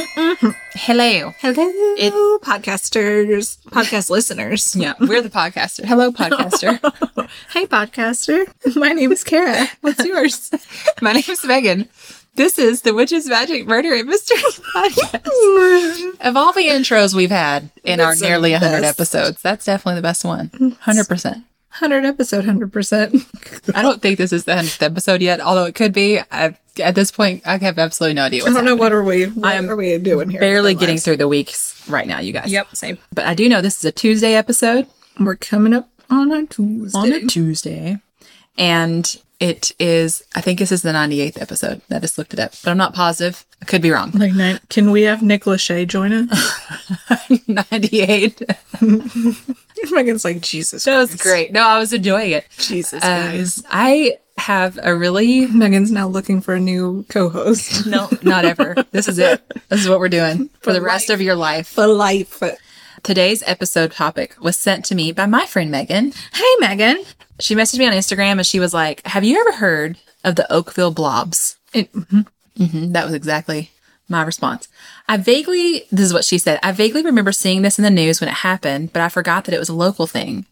Hello. Hello, It- podcasters, podcast listeners. Yeah, we're the podcaster. Hello, podcaster. Hey, podcaster. My name is Kara. What's yours? My name's Megan. This is the Witch's Magic Murder and Mystery Podcast. Of all the intros we've had in That's our the nearly 100 best. episodes, that's definitely the best one. 100%. 100 episode, 100%. I don't think this is the 100th episode yet, although it could be. i at this point, I have absolutely no idea I what's don't know what are we what I'm are we doing here. barely with our getting lives. through the weeks right now, you guys. Yep, same. But I do know this is a Tuesday episode We're coming up on a Tuesday. on a Tuesday. And it is, I think this is the 98th episode. I just looked it up, but I'm not positive. I could be wrong. like nine. Can we have Nick Lachey join us? 98. That Megan's like Jesus. was Christ. great. No, I was enjoying it. Jesus. Uh, guys. I have a really, Megan's now looking for a new co-host no, not ever. This is it. This is what we're doing for the rest of your life. for life. Today's episode topic was sent to me by my friend Megan. Hey, Megan. She messaged me on Instagram and she was like, Have you ever heard of the Oakville blobs? It- Mhm, that was exactly my response. I vaguely, this is what she said. I vaguely remember seeing this in the news when it happened, but I forgot that it was a local thing.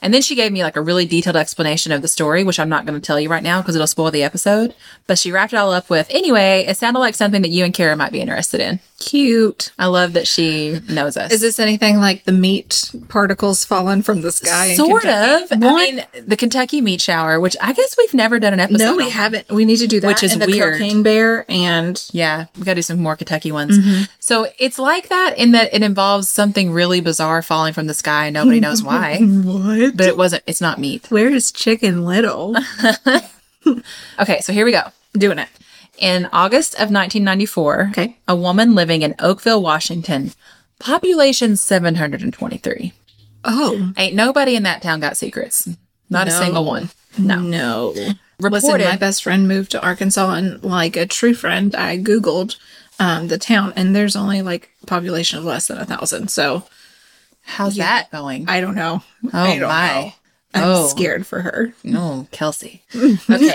And then she gave me like a really detailed explanation of the story, which I'm not going to tell you right now because it'll spoil the episode. But she wrapped it all up with, anyway, it sounded like something that you and Kara might be interested in. Cute. I love that she knows us. Is this anything like the meat particles falling from the sky? in sort Kentucky? of? I mean, the Kentucky meat shower, which I guess we've never done an episode. No, we on. haven't. We need to do that. Which is and the weird. Cocaine Bear and Yeah, we got to do some more Kentucky ones. Mm-hmm. So it's like that in that it involves something really bizarre falling from the sky. and Nobody knows why, what? but it wasn't. It's not meat. Where is Chicken Little Okay, so here we go. doing it? In August of 1994, Okay. a woman living in Oakville, Washington, population 723. Oh Ain't nobody in that town got secrets. Not a No. single one. No. no! Listen, Reported. my best friend moved to Arkansas, and like a true friend, I googled um, the town, and there's only like a population of less than a thousand. So How's that going? I don't know. Oh oh my. I'm Oh. scared for her. No, Kelsey. Okay.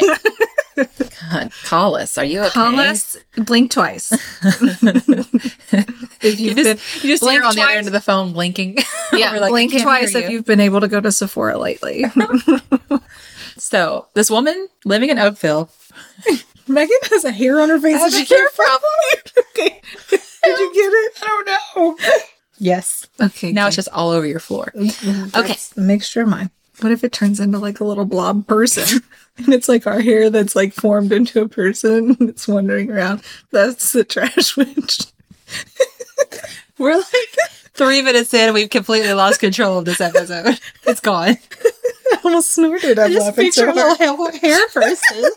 God, call us. Are you okay? Call us. Blink twice. if You you've been, just, you just blink hear on the other twice. end of the phone blinking. yeah, We're like, "I blink can't twice hear if you." you've been able to go to Sephora lately. So this woman living in Oakville. Megan has a hair on her face. Did you get problem? okay. Did you get it? I don't Yes. know. Okay. Now it's just all over your floor. Okay. a mixture of mine. What if it turns into like a little blob person? and it's like our hair that's like formed into a person and it's wandering around. That's the trash witch. We're like three minutes in and we've completely lost control of this episode. It's gone. I almost snorted. I'm laughing so hard. hair person.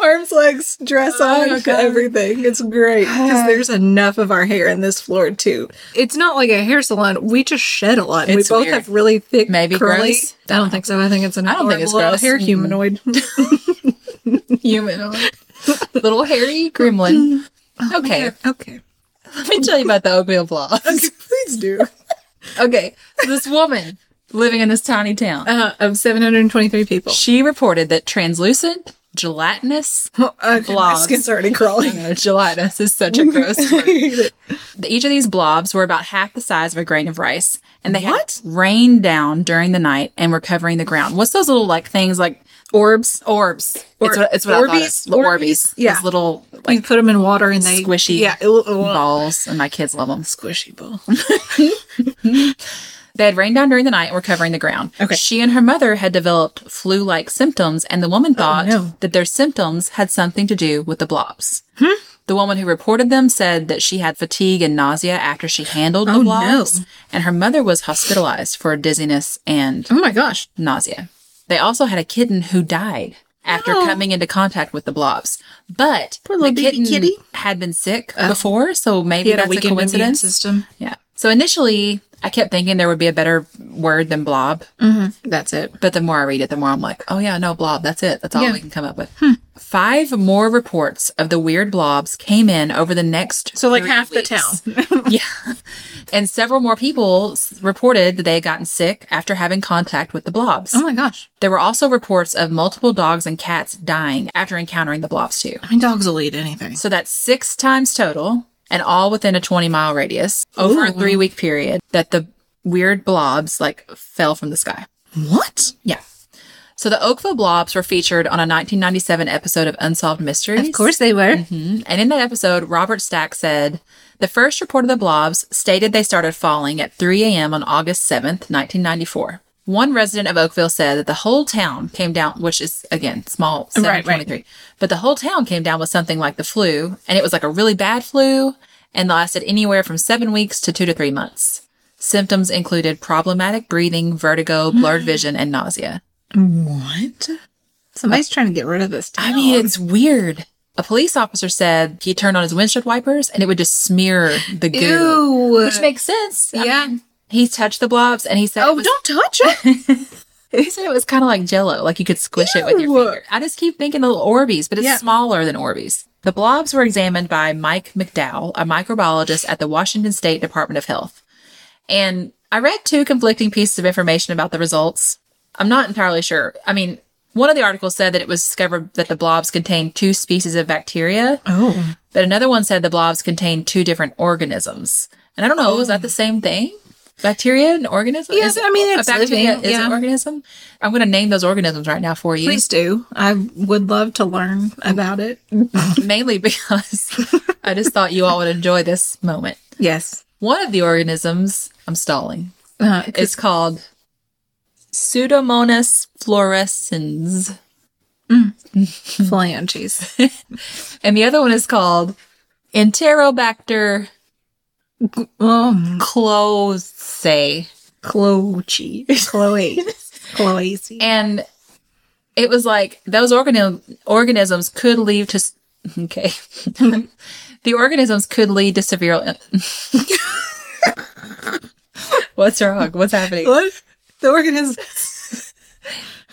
Arms, legs, dress Oh, on, God. everything. It's great because there's enough of our hair in this floor too. It's not like a hair salon. We just shed a lot. It's we both weird. have really thick, Maybe curly. gross? I don't think so. I think it's Mm-hmm. an. I don't think it's adorable little gross. Hair Mm. humanoid. Human. Oh, Little hairy gremlin. Okay. okay. Let me tell you about the Oakville blobs. Please do. Okay. So this woman living in this tiny town. Uh, of 723 people. She reported that translucent, gelatinous, Okay, my Blobs. skin's already crawling. Oh, gelatinous is such a gross word. Each of these blobs were about half the size of a grain of rice, and they What? had rained down during the night and were covering the ground. What's those little like things like Orbs. orbs? Or- it's what, it's what I thought. Orbeez? It's, little Orbeez? Orbeez. Yeah. Those little Like, you like put them in water and they squishy Yeah, it will- it will- balls, and my kids love them. squishy ball. They had rained down during the night and were covering the ground. Okay. She and her mother had developed flu-like symptoms, and the woman thought Oh, no. Hmm? that their symptoms had something to do with the blobs. The woman who reported them said that she had fatigue and nausea after she handled the Oh, no. blobs, and her mother was hospitalized for dizziness and Oh my gosh. nausea. They also had a kitten who died after Oh. coming into contact with the blobs, but little the baby kitten kitty. had been sick before, so maybe He had a that's a weakened immune coincidence. system. Yeah. So initially, I kept thinking there would be a better word than blob, That's it. but the more I read it, the more I'm like, oh yeah, no, blob, that's it. That's all Yeah. Hmm. we can come up with. Five more reports of the weird blobs came in over the next So like three half weeks. the town. Yeah. And several more people s- reported that they had gotten sick after having contact with the blobs. Oh my gosh. There were also reports of multiple dogs and cats dying after encountering the blobs, too. I mean, dogs will eat anything. So that's six times total, and all within a 20 mile radius over a Ooh. three week period that the weird blobs like fell from the sky. What? Yeah. So the Oakville blobs were featured on a 1997 episode of Unsolved Mysteries. they were. And in that episode, Robert Stack said the first report of the blobs stated they started falling at 3 a.m. on August 7th, 1994. One resident of Oakville said that the whole town came down, which is again small, Right, right. 723, but the whole town came down with something like the flu, and it was like a really bad flu and lasted anywhere from seven weeks to two to three months. Symptoms included problematic breathing, vertigo, blurred vision, and nausea. What? Somebody's trying to get rid of this town. I mean, it's weird. A police officer said he turned on his windshield wipers and it would just smear the goo, Ew. which makes sense. I Yeah. mean, he touched the blobs and he said, it Oh, was, don't touch it. He said it was kind of like Jello, like you could squish it with your Ew. finger. I just keep thinking the little Orbeez, but it's Yeah. smaller than Orbeez. The blobs were examined by Mike McDowell, a microbiologist at the Washington State Department of Health. And I read two conflicting pieces of information about the results. I'm not entirely sure. I mean, one of the articles said that it was discovered that the blobs contained two species of bacteria, oh. but another one said the blobs contained two different organisms. And I don't know, is that the same thing? Bacteria and organism? Yes, Is- Oh. I mean, it's a bacteria living, is yeah. an organism. I'm going to name those organisms right now for you, Please do. I would love to learn about it. mainly because I just thought you all would enjoy this moment. Yes. One of the organisms, I'm stalling. Uh, It's called Pseudomonas fluorescens, phalanges. and the other one is called Enterobacter Um, closae. Chloe. Chloe. Chloe. and it was like those organi- organisms could lead to s- okay the organisms could lead to severe Ill- what's wrong what's happening What? The organism.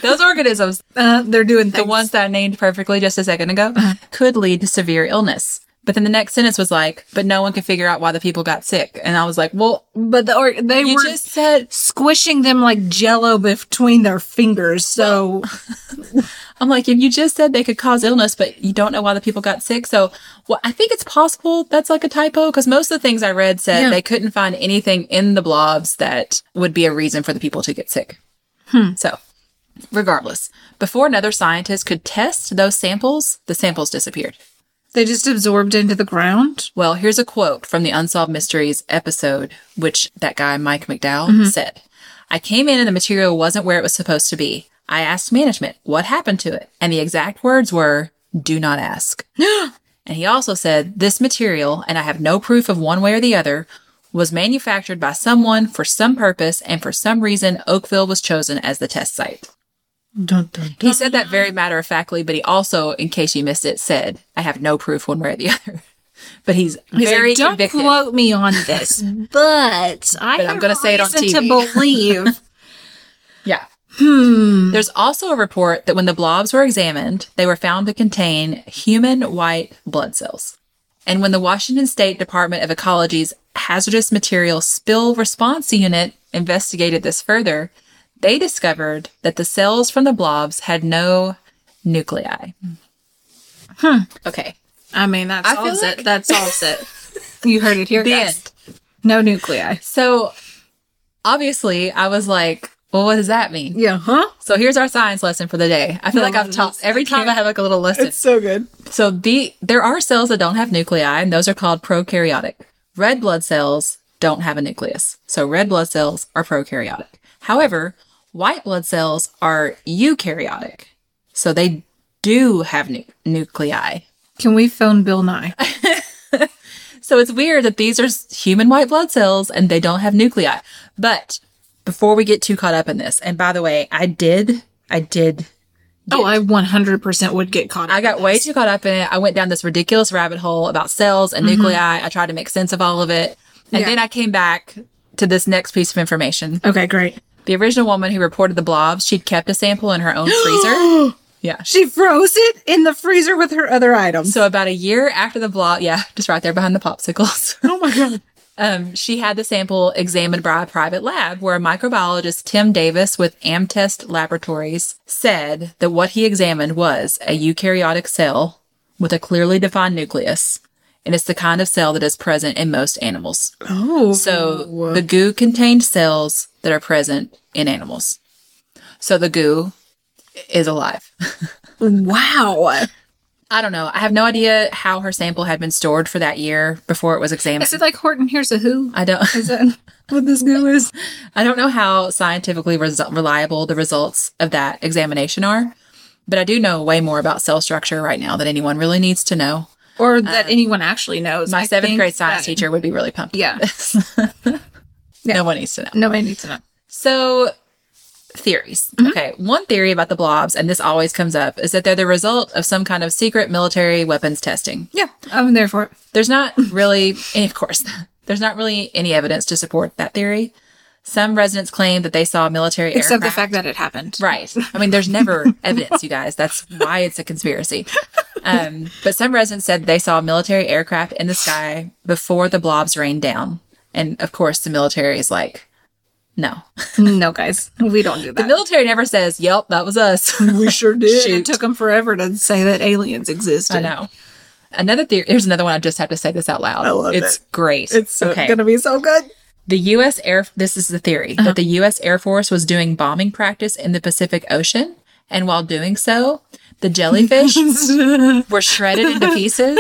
those organisms Uh, they're doing things. the ones that i named perfectly just a second ago Uh-huh. could lead to severe illness but then the next sentence was like but no one could figure out why the people got sick and i was like well but the or- they you were just said squishing them like jello between their fingers. So I'm like, if you just said they could cause illness, but you don't know why the people got sick. So, well, I think it's possible that's like a typo because most of the things I read said Yeah. they couldn't find anything in the blobs that would be a reason for the people to get sick. So, regardless, before another scientist could test those samples, the samples disappeared. they just absorbed into the ground. Well, here's a quote from the Unsolved Mysteries episode, which that guy, Mike McDowell, said I came in and the material wasn't where it was supposed to be. I asked management what happened to it. And the exact words were, do not ask. and he also said, this material, and I have no proof of one way or the other, was manufactured by someone for some purpose, and for some reason, Oakville was chosen as the test site. Dun, dun, He said that very matter of factly, but he also, in case you missed it, said, I have no proof one way or the other. But he's, very Like, don't convicted. quote me on this, but I But I'm have gonna say it on reason TV. to believe. yeah. hmm. There's also a report that when the blobs were examined, they were found to contain human white blood cells. And when the Washington State Department of Ecology's Hazardous Material Spill Response Unit investigated this further, they discovered that the cells from the blobs had no nuclei. Hmm. Okay. I mean, that's I all feel set. like- That's all set. you heard it here, The guys. end. No nuclei. So obviously, I was like, well, what does that mean? Yeah, huh? So here's our science lesson for the day. I feel No, like I've I taught just- every I time I can't- have like a little lesson. so good. So the there are cells that don't have nuclei, and those are called prokaryotic. Red blood cells don't have a nucleus, so red blood cells are prokaryotic. However, white blood cells are eukaryotic, so they do have nu- nuclei. Can we phone Bill Nye? So it's weird that these are s- human white blood cells and they don't have nuclei. But before we get too caught up in this, and by the way, I did, I did, Oh, I 100% would get caught. I got way too caught up in it. I went down this ridiculous rabbit hole about cells and nuclei. I tried to make sense of all of it. And Yeah. then I came back to this next piece of information. Okay, great. The original woman who reported the blobs, she'd kept a sample in her own freezer. Yeah. She froze it in the freezer with her other items. So about a year after the blob, yeah, just right there behind the popsicles. oh my god. Um, she had the sample examined by a private lab where microbiologist Tim Davis with Amtest Laboratories said that what he examined was a eukaryotic cell with a clearly defined nucleus. And it's the kind of cell that is present in most animals. Oh. So the goo contained cells that are present in animals. So the goo is alive. wow. I don't know. I have no idea how her sample had been stored for that year before it was examined. Is it like Horton Here's a Who? I don't. Is that what this goo is? I don't know how scientifically res- reliable the results of that examination are, but I do know way more about cell structure right now that anyone really needs to know. Or that anyone actually knows. Uh, My I seventh think grade science that- teacher would be really pumped. Yeah. No one needs to know. Nobody needs to know. So, theories. Mm-hmm. Okay. One theory about the blobs, and this always comes up, is that they're the result of some kind of secret military weapons testing. Yeah, I'm there for it. There's not really, and of course, there's not really any evidence to support that theory. Some residents claim that they saw military Except the aircraft. fact that it happened. Right. I mean, there's never evidence, you guys. That's why it's a conspiracy. Um, but some residents said they saw military aircraft in the sky before the blobs rained down. And of course, the military is like, no. No, guys, we don't do that. The military never says, yep, that was us. we sure did. It Shoot. took them forever to say that aliens existed. I know. Another theory, here's another one. I just have to say this out loud. I love it's it. great. It's so, gonna Uh-huh. be so good. The U.S. Air, this is the theory, that the U.S. Air Force was doing bombing practice in the Pacific Ocean. And while doing so, the jellyfish were shredded into pieces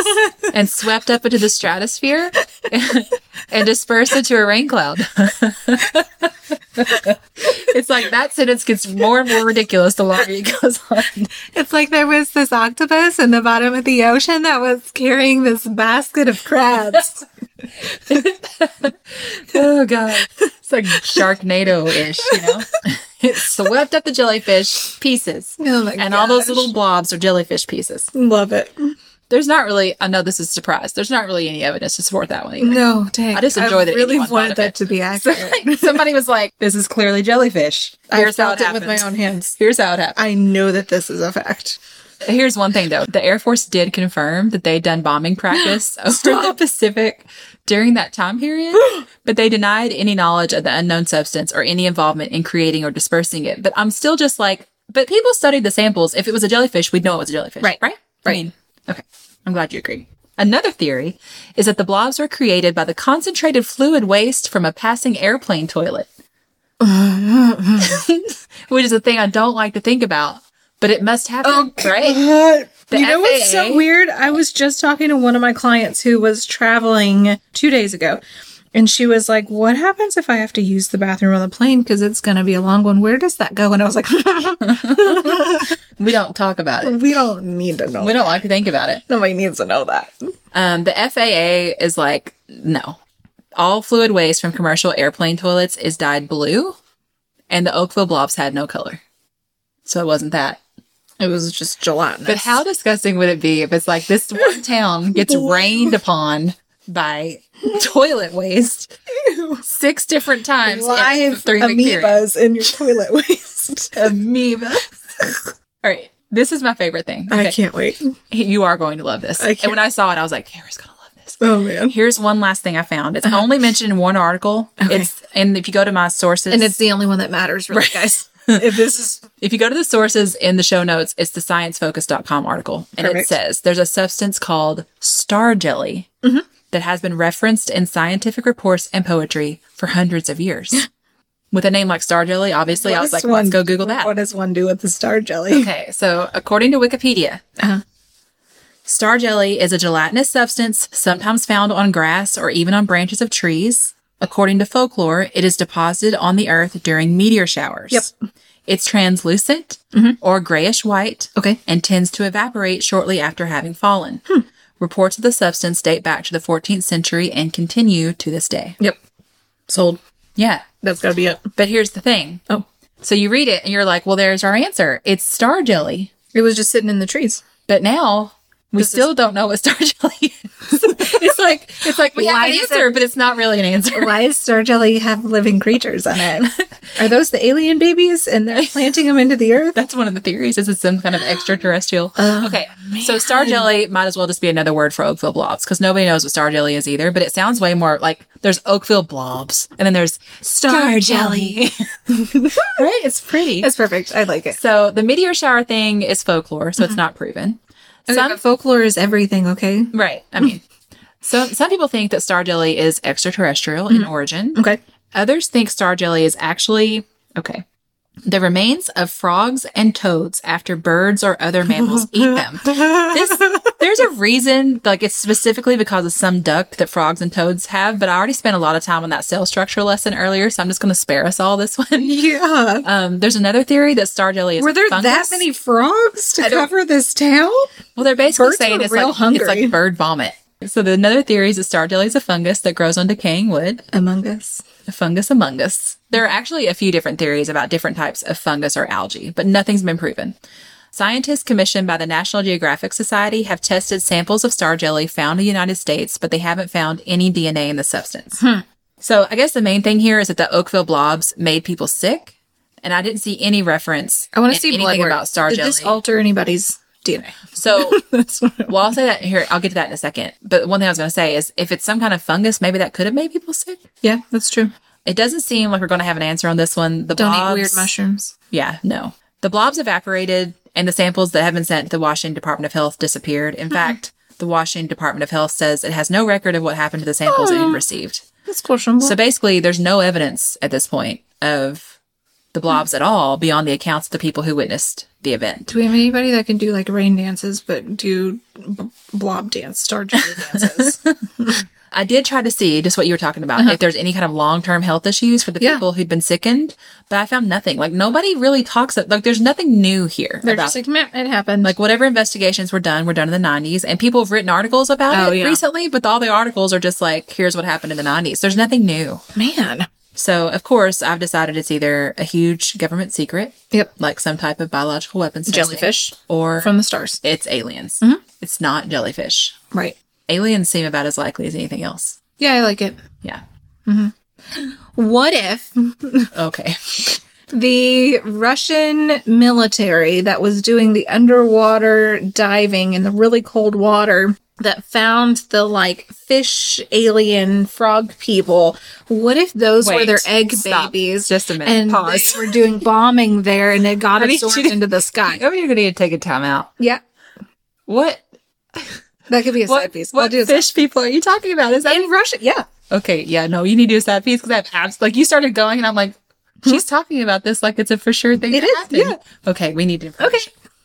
and swept up into the stratosphere and dispersed into a rain cloud. it's like that sentence gets more and more ridiculous the longer it goes on. It's like there was this octopus in the bottom of the ocean that was carrying this basket of crabs. Oh god, it's like Sharknado ish, you know. it swept up the jellyfish pieces. oh my and all those little blobs are jellyfish pieces. love it. There's not really, I know this is a surprise. There's not really any evidence to support that one either. No, dang. I just enjoy that really anyone thought wanted of that it. to be accurate. Like, somebody was like, this is clearly jellyfish. I Here's how felt it it with happened. my own hands. Here's how it happened. I know that this is a fact. Here's one thing though. The Air Force did confirm that they'd done bombing practice over the Pacific during that time period, but they denied any knowledge of the unknown substance or any involvement in creating or dispersing it. But I'm still just like, but people studied the samples. If it was a jellyfish, we'd know it was a jellyfish. Right. Right? I Right. mean, okay. I'm glad you agree. Another theory is that the blobs were created by the concentrated fluid waste from a passing airplane toilet, which is a thing I don't like to think about, but it must happen, right? Uh, you know FAA? what's so weird? I was just talking to one of my clients who was traveling two days ago. And she was like, What happens if I have to use the bathroom on the plane? Because it's going to be a long one. Where does that go? And I was like, We don't talk about it. We don't need to know. We don't like to think about it. Nobody needs to know that. Um, the FAA is like, no. All fluid waste from commercial airplane toilets is dyed blue, and the Oakville blobs had no color. So it wasn't that. It was just gelatinous. But how disgusting would it be if it's like this one town gets rained upon by toilet waste six different times in a live three-week period? amoebas in your toilet waste? Amoeba. All right. This is my favorite thing. I can't wait. You are going to love this. I And can't- when I saw it, I was like, Kara's going to love this. Oh, man. Here's one last thing I found. It's Uh-huh. only mentioned in one article. It's and if you go to my sources And it's the only one that matters, really, guys. if this is if you go to the sources in the show notes, it's the sciencefocus.com article. And Perfect. it says there's a substance called star jelly that has been referenced in scientific reports and poetry for hundreds of years. With a name like star jelly, obviously, I was like, let's go Google that. What does one do with the star jelly? Okay, so according to Wikipedia, Uh-huh. star jelly is a gelatinous substance sometimes found on grass or even on branches of trees. According to folklore, it is deposited on the earth during meteor showers. Yep. Mm-hmm. It's translucent or grayish white Okay. Hmm. and tends to evaporate shortly after having fallen. Reports of the substance date back to the 14th century and continue to this day. Yep. Sold. Yeah. That's got to be it. But here's the thing. Oh. So you read it and you're like, well, there's our answer. It's star jelly. It was just sitting in the trees. But now we still don't know what star jelly is. it's like it's like we have Why an does answer, but it's not really an answer. Why does Star Jelly have living creatures on it? Are those the alien babies and they're planting them into the earth? That's one of the theories. Is it's some kind of extraterrestrial? Oh, okay, so star jelly might as well just be another word for Oakville blobs because nobody knows what star jelly is either. But it sounds way more like there's Oakville blobs, and then there's star jelly. right? It's pretty. That's perfect. I like it. So the meteor shower thing is folklore, so it's not proven. Some folklore is everything, okay? right. I mean, so some people think that star jelly is extraterrestrial in origin. Okay. Others think star jelly is actually okay. The remains of frogs and toads after birds or other mammals eat them. This, there's a reason, like it's specifically because of some duct that frogs and toads have, but I already spent a lot of time on that cell structure lesson earlier, so I'm just going to spare us all this one. Yeah. Um, there's another theory that star jelly is Were there fungus. that many frogs to don't- cover this town? Well, they're basically Birds saying are it's real like hungry. it's like bird vomit. So the another theory is that star jelly is a fungus that grows on decaying wood, Among Us. a fungus among us. There are actually a few different theories about different types of fungus or algae, but nothing's been proven. Scientists commissioned by the National Geographic Society have tested samples of star jelly found in the United States, but they haven't found any DNA in the substance. Hmm. So I guess the main thing here is that the Oakville blobs made people sick, and I didn't see any reference. I want in to see anything blood work. about star Did jelly. this alter anybody's DNA? so That's what well, I'll say that here. I'll get to that in a second. But one thing I was going to say is if it's some kind of fungus, maybe that could have made people sick. Yeah, that's true. It doesn't seem like we're going to have an answer on this one. The Don't blobs, eat weird mushrooms. Yeah, no. The blobs evaporated, and the samples that have been sent to the Washington Department of Health disappeared. Hmm. In fact, the Washington Department of Health says it has no record of what happened to the samples it had received. That's questionable. So basically, there's no evidence at this point of Hmm. the blobs at all beyond the accounts of the people who witnessed the event. do we have anybody that can do like rain dances but do b- blob dance, star jelly dances? I did try to see just what you were talking about, if there's any kind of long term health issues for the Uh-huh. Yeah. people who'd been sickened, but I found nothing. Like nobody really talks. Like there's nothing new here. They're about, just like, meh, it happened. like whatever investigations were done were done in the 90s, and people have written articles about Oh, it yeah. recently. But all the articles are just like, here's what happened in the 90s. There's nothing new. man. So of course, I've decided it's either a huge government secret, Yep. like some type of biological weapons, testing, Jellyfish or from the stars. it's aliens. It's not jellyfish. Right. Aliens seem about as likely as anything else. Yeah, I like it. Yeah. What if Okay. the Russian military that was doing the underwater diving in the really cold water that found the like fish alien frog people. What if those were Wait, their egg stop. babies? Just a minute. And Pause. they were doing bombing there and it got need absorbed you to- into the sky. Oh, you're going to take a time out. Yeah. What? That could be a side What, piece. I'll what do fish that. people are you talking about? Is that in Russia. Yeah. Okay, yeah, no, you need to do a sad piece because I have abs. Like you started going, and I'm like, she's talking about this like it's a for sure thing. Hmm? It that is, happened. yeah. Okay, we need to. Okay.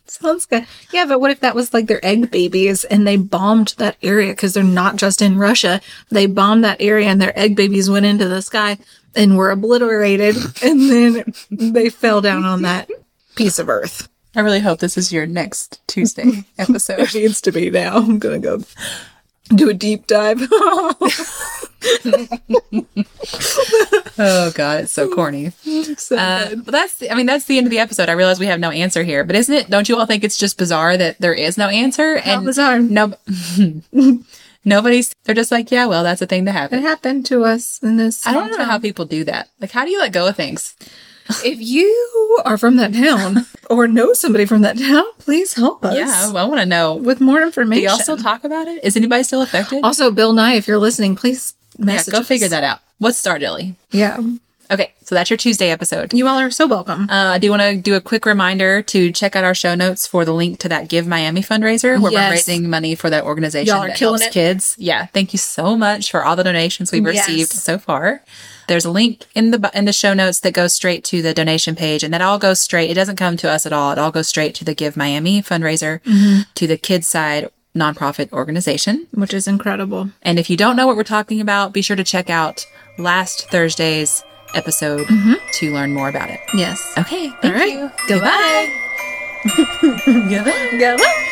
Sounds good. Yeah, but what if that was like their egg babies and they bombed that area because they're not just in Russia. They bombed that area and their egg babies went into the sky and were obliterated and then they fell down on that piece of earth. I really hope this is your next Tuesday episode. It needs to be now. I'm going to go do a deep dive. oh God, it's so corny. So Uh, good. but that's, the- I mean, that's the end of the episode. I realize we have no answer here, but isn't it? Don't you all think it's just bizarre that there is no answer How and bizarre. no, nobody's. They're just like, yeah, well, that's a thing that It happened. happened to us in this. I don't know how people do that. Like, how do you let go of things? If you are from that town or know somebody from that town, please help us. Yeah, well, I want to know. With more Do information. y'all still talk about it? Is anybody still affected? Also, Bill Nye, if you're listening, please Yeah, message. go us. figure that out. What's Star Jelly? Yeah, Um, Okay, so that's your Tuesday episode. you all are so welcome. Uh, I do want to do a quick reminder to check out our show notes for the link to that Give Miami fundraiser where we're Yes. raising money for that organization Y'all are that killing helps it. kids. Yeah, thank you so much for all the donations we've Yes. received so far. There's a link in the bu- in the show notes that goes straight to the donation page, and that all goes straight. It doesn't come to us at all. It all goes straight to the Give Miami fundraiser Mm-hmm. to the kids side nonprofit organization. Which is incredible. And if you don't know what we're talking about, be sure to check out last Thursday's episode to learn more about it. Yes. Okay. All Thank right. you. Goodbye. Goodbye. Goodbye.